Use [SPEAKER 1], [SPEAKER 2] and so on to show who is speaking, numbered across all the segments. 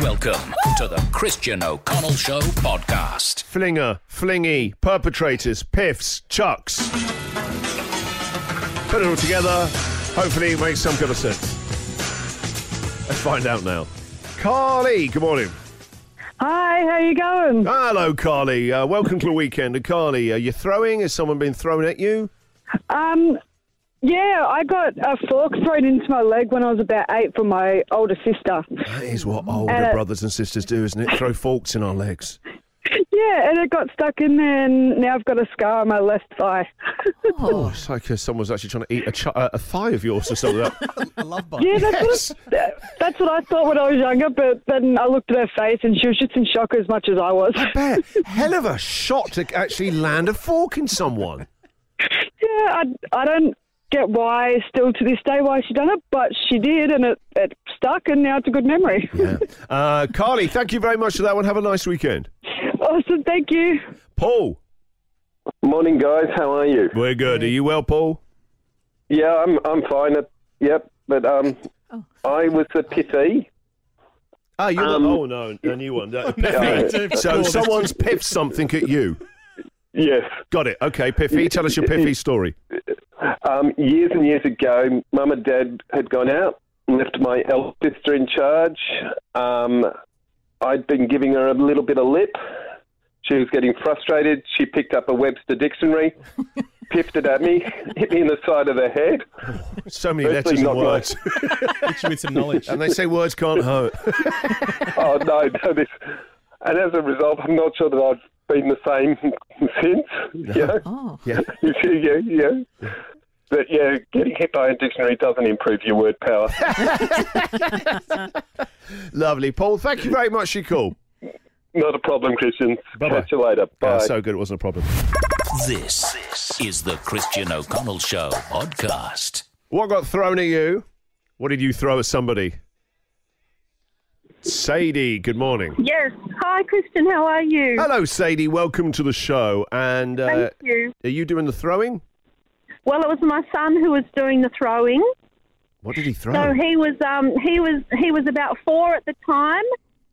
[SPEAKER 1] Welcome to the Christian O'Connell Show podcast.
[SPEAKER 2] Flinger, flingy, perpetrators, piffs, chucks. Put it all together. Hopefully, it makes some kind of sense. Let's find out now. Carly, good morning.
[SPEAKER 3] Hi, how you going?
[SPEAKER 2] Hello, Carly. Uh, welcome to the weekend. And Carly, are you throwing? Has someone been thrown at you?
[SPEAKER 3] Um, yeah, I got a fork thrown into my leg when I was about eight from my older sister.
[SPEAKER 2] That is what older
[SPEAKER 3] Uh,
[SPEAKER 2] brothers and sisters do, isn't it? Throw forks in our legs.
[SPEAKER 3] Yeah, and it got stuck in there, and now I've got a scar on my left thigh.
[SPEAKER 2] Oh, it's like uh, someone's actually trying to eat a, ch- uh, a thigh of yours or something.
[SPEAKER 4] I love Bob.
[SPEAKER 3] yeah, that's,
[SPEAKER 2] Yes.
[SPEAKER 3] what I, that's what I thought when I was younger, but then I looked at her face, and she was just in shock as much as I was.
[SPEAKER 2] I bet. Hell of a shot to actually land a fork in someone.
[SPEAKER 3] yeah, I, I don't get why, still to this day, why she done it, but she did, and it, it stuck, and now it's a good memory.
[SPEAKER 2] Yeah. Uh, Carly, thank you very much for that one. Have a nice weekend.
[SPEAKER 3] awesome, thank you.
[SPEAKER 2] Paul,
[SPEAKER 5] Morning, guys. How are you?
[SPEAKER 2] we're good. Are you well, Paul?
[SPEAKER 5] Yeah, I'm. I'm fine. At, yep, but um, I was a pity.
[SPEAKER 2] Ah, you
[SPEAKER 5] Um,
[SPEAKER 2] oh no, a new one. Uh,
[SPEAKER 4] Negative.
[SPEAKER 2] piffy. so
[SPEAKER 4] Paul, this-
[SPEAKER 2] someone's piffed something at you.
[SPEAKER 5] Yes.
[SPEAKER 2] Got it. Okay, Piffy, tell us your Piffy story.
[SPEAKER 5] Um, years and years ago, Mum and Dad had gone out, left my elder sister in charge. Um, I'd been giving her a little bit of lip. She was getting frustrated. She picked up a Webster dictionary, piffed it at me, hit me in the side of the head.
[SPEAKER 2] So many
[SPEAKER 5] Firstly,
[SPEAKER 2] letters and
[SPEAKER 5] not
[SPEAKER 2] words,
[SPEAKER 4] Hit you with some knowledge.
[SPEAKER 2] and they say words can't hurt.
[SPEAKER 5] oh no, no, this. And as a result, I'm not sure that I've been the same since. You know?
[SPEAKER 2] Yeah.
[SPEAKER 5] yeah, yeah, yeah. But yeah, getting hit by a dictionary doesn't improve your word power.
[SPEAKER 2] Lovely, Paul. Thank you very much. You call.
[SPEAKER 5] Not a problem, Christian.
[SPEAKER 2] Bye-bye.
[SPEAKER 5] Catch you later. Bye.
[SPEAKER 2] Yeah, Ah, so good, it wasn't a problem.
[SPEAKER 1] This is the Christian O'Connell Show podcast.
[SPEAKER 2] What got thrown at you? What did you throw at somebody? Sadie, good morning.
[SPEAKER 6] Yes. Hi, Christian. How are you?
[SPEAKER 2] Hello, Sadie. Welcome to the show. And uh,
[SPEAKER 6] Thank you.
[SPEAKER 2] are you doing the throwing?
[SPEAKER 6] Well, it was my son who was doing the throwing.
[SPEAKER 2] What did he throw?
[SPEAKER 6] So he was um, he was he was about four at the time,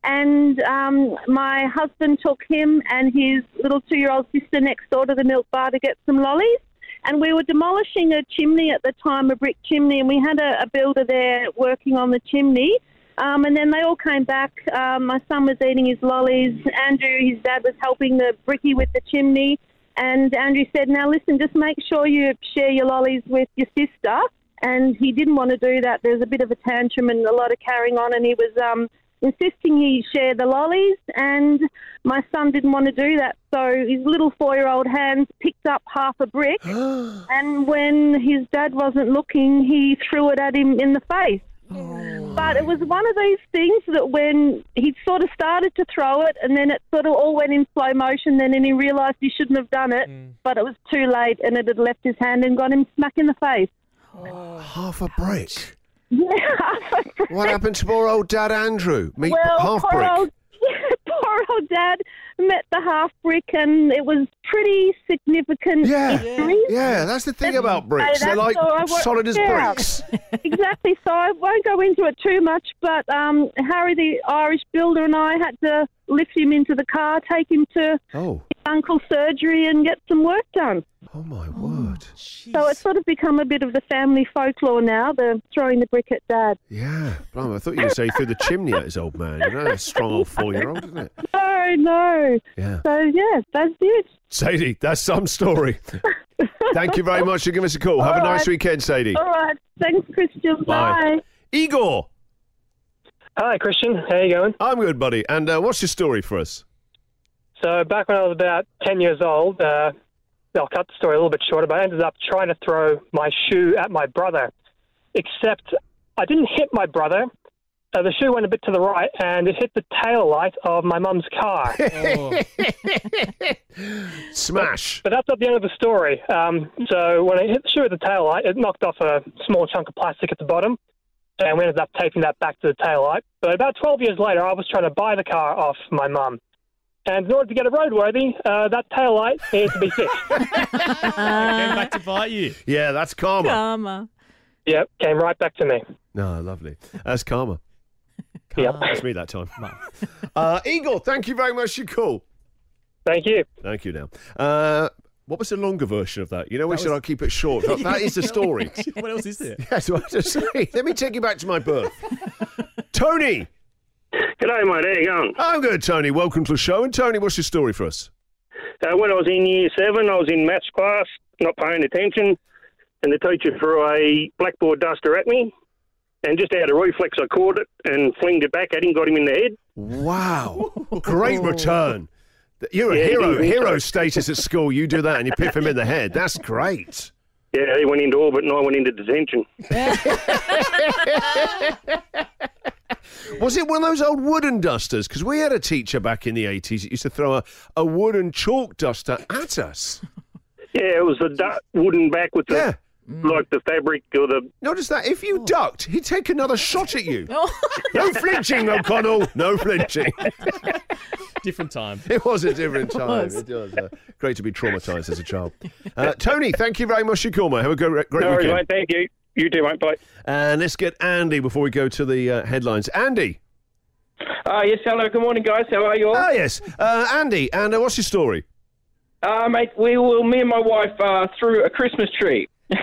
[SPEAKER 6] and um, my husband took him and his little two year old sister next door to the milk bar to get some lollies. And we were demolishing a chimney at the time, a brick chimney, and we had a, a builder there working on the chimney. Um, and then they all came back. Um, my son was eating his lollies. Andrew, his dad, was helping the brickie with the chimney. And Andrew said, Now listen, just make sure you share your lollies with your sister. And he didn't want to do that. There was a bit of a tantrum and a lot of carrying on. And he was um, insisting he share the lollies. And my son didn't want to do that. So his little four year old hands picked up half a brick. and when his dad wasn't looking, he threw it at him in the face. But it was one of these things that when he sort of started to throw it and then it sort of all went in slow motion then and he realised he shouldn't have done it, but it was too late and it had left his hand and got him smack in the face.
[SPEAKER 2] Half a brick.
[SPEAKER 6] well,
[SPEAKER 2] What happened to poor old Dad Andrew? Meat half
[SPEAKER 6] poor
[SPEAKER 2] brick.
[SPEAKER 6] old, poor old dad met the half brick and it was pretty significant
[SPEAKER 2] Yeah.
[SPEAKER 6] injuries.
[SPEAKER 2] Yeah, that's the thing
[SPEAKER 6] That's-
[SPEAKER 2] about bricks.
[SPEAKER 6] so
[SPEAKER 2] They're
[SPEAKER 6] that's
[SPEAKER 2] like
[SPEAKER 6] all I want-
[SPEAKER 2] solid as
[SPEAKER 6] yeah.
[SPEAKER 2] bricks.
[SPEAKER 6] exactly. So I won't go into it too much, but um, Harry, the Irish builder, and I had to lift him into the car, take him to
[SPEAKER 2] Oh,
[SPEAKER 6] uncle surgery, and get some work done.
[SPEAKER 2] oh my word.
[SPEAKER 6] So it's sort of become a bit of the family folklore now. The throwing the brick at dad.
[SPEAKER 2] Yeah. Blimey, I thought you were going to say through the chimney at his old man. You know, a strong old four year old, isn't it?
[SPEAKER 6] No, no.
[SPEAKER 2] Yeah.
[SPEAKER 6] So yeah, that's it.
[SPEAKER 2] Sadie, that's some story. Thank you very much for giving us a call. Have a
[SPEAKER 6] All
[SPEAKER 2] nice
[SPEAKER 6] right. Oh.
[SPEAKER 2] weekend, Sadie.
[SPEAKER 6] All right. Thanks, Christian.
[SPEAKER 2] Bye.
[SPEAKER 6] Bye.
[SPEAKER 2] Igor,
[SPEAKER 7] Hi, Christian. How you going?
[SPEAKER 2] I'm good, buddy. And uh, what's your story for us?
[SPEAKER 7] So back when I was about 10 years old, uh, I'll cut the story a little bit shorter, but I ended up trying to throw my shoe at my brother, except I didn't hit my brother. Uh, the shoe went a bit to the right, and it hit the tail light of my mum's car.
[SPEAKER 2] Smash.
[SPEAKER 7] But that's not the end of the story. Um, so when I hit the shoe with the tail light, it knocked off a small chunk of plastic at the bottom, and we ended up taping that back to the tail light. But about 12 years later, I was trying to buy the car off my mum. And in order to get it roadworthy, uh, that tail light needed to be fixed.
[SPEAKER 4] Came back to bite you.
[SPEAKER 2] Yeah, that's karma.
[SPEAKER 8] Karma.
[SPEAKER 7] yep, came right back to me.
[SPEAKER 2] No, lovely. That's karma.
[SPEAKER 7] Yep.
[SPEAKER 2] It's me that time. uh, Igor, thank you very much for your call.
[SPEAKER 7] Thank you.
[SPEAKER 2] Thank you now. Uh, what was the longer version of that? You know, we should I keep it short. That- that is the story.
[SPEAKER 4] what else is there?
[SPEAKER 2] Yes, well, just say, let me take you back to my birth. Tony!
[SPEAKER 8] G'day, mate. How you going?
[SPEAKER 2] I'm good, Tony. Welcome to the show. And Tony, what's your story for us?
[SPEAKER 8] Uh, when I was in year seven, I was in maths class, not paying attention, and the teacher threw a blackboard duster at me. And just out of reflex, I caught it and flinged it back at him, got him in the head.
[SPEAKER 2] Wow.
[SPEAKER 4] Oh.
[SPEAKER 2] Great return. You're a
[SPEAKER 8] Yeah,
[SPEAKER 2] hero,
[SPEAKER 8] he- he-
[SPEAKER 2] hero status at school. You do that and you piff him in the head. That's great.
[SPEAKER 8] Yeah, he went into orbit and I went into detention.
[SPEAKER 2] Was it one of those old wooden dusters? Because we had a teacher back in the 80s that used to throw a, a wooden chalk duster at us.
[SPEAKER 8] Yeah, it was the du- wooden back with the,
[SPEAKER 2] Yeah. Oh.
[SPEAKER 8] like the fabric or the.
[SPEAKER 2] Notice that if you ducked, he'd take another shot at you. no flinching, O'Connell. No flinching.
[SPEAKER 4] Different time.
[SPEAKER 2] It was a different time. It was uh, great to be traumatised as a child. Uh, Tony, thank you very much for your call, mate. Have a great, great
[SPEAKER 8] No worries, mate.
[SPEAKER 2] weekend.
[SPEAKER 8] Thank you. You too, mate. Bye.
[SPEAKER 2] And let's get Andy before we go to the uh, headlines. Andy.
[SPEAKER 9] Uh, yes, hello. Good morning, guys. How are you all?
[SPEAKER 2] Ah, yes. Uh, Andy, and uh, what's your story?
[SPEAKER 9] Uh, mate, we will. Me and my wife uh, threw a Christmas tree.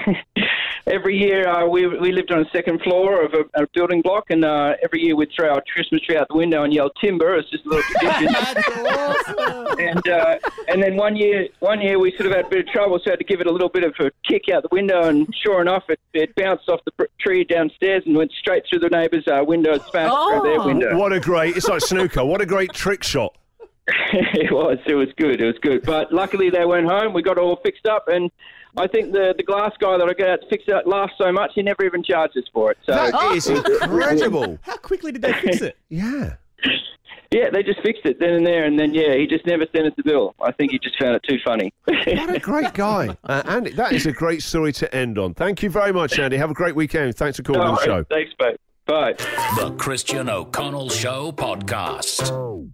[SPEAKER 9] every year, uh, we we lived on the second floor of a, a building block, and uh, every year we'd throw our Christmas tree out the window and yell "timber." It's just a little tradition. and uh, and then one year, one year we sort of had a bit of trouble, so I had to give it a little bit of a kick out the window, and sure enough, it, it bounced off the pr- tree downstairs and went straight through the neighbour's uh, window and smashed through their
[SPEAKER 10] Oh.
[SPEAKER 9] window.
[SPEAKER 2] What a great, it's like snooker. What a great trick shot.
[SPEAKER 9] it was. It was good. It was good. But luckily they weren't home. We got it all fixed up, and I think the the glass guy that I got out to fix it laughed so much he never even charged us for it. So
[SPEAKER 2] That is incredible.
[SPEAKER 4] How quickly did they fix it?
[SPEAKER 2] Yeah.
[SPEAKER 9] yeah, they just fixed it then and there, and then yeah, he just never sent us the bill. I think he just found it too funny.
[SPEAKER 2] What a great guy. Uh, Andy, that is a great story to end on. Thank you very much, Andy. Have a great weekend. Thanks for calling on the show.
[SPEAKER 9] Thanks, mate. Bye.
[SPEAKER 1] The Christian O'Connell Show podcast.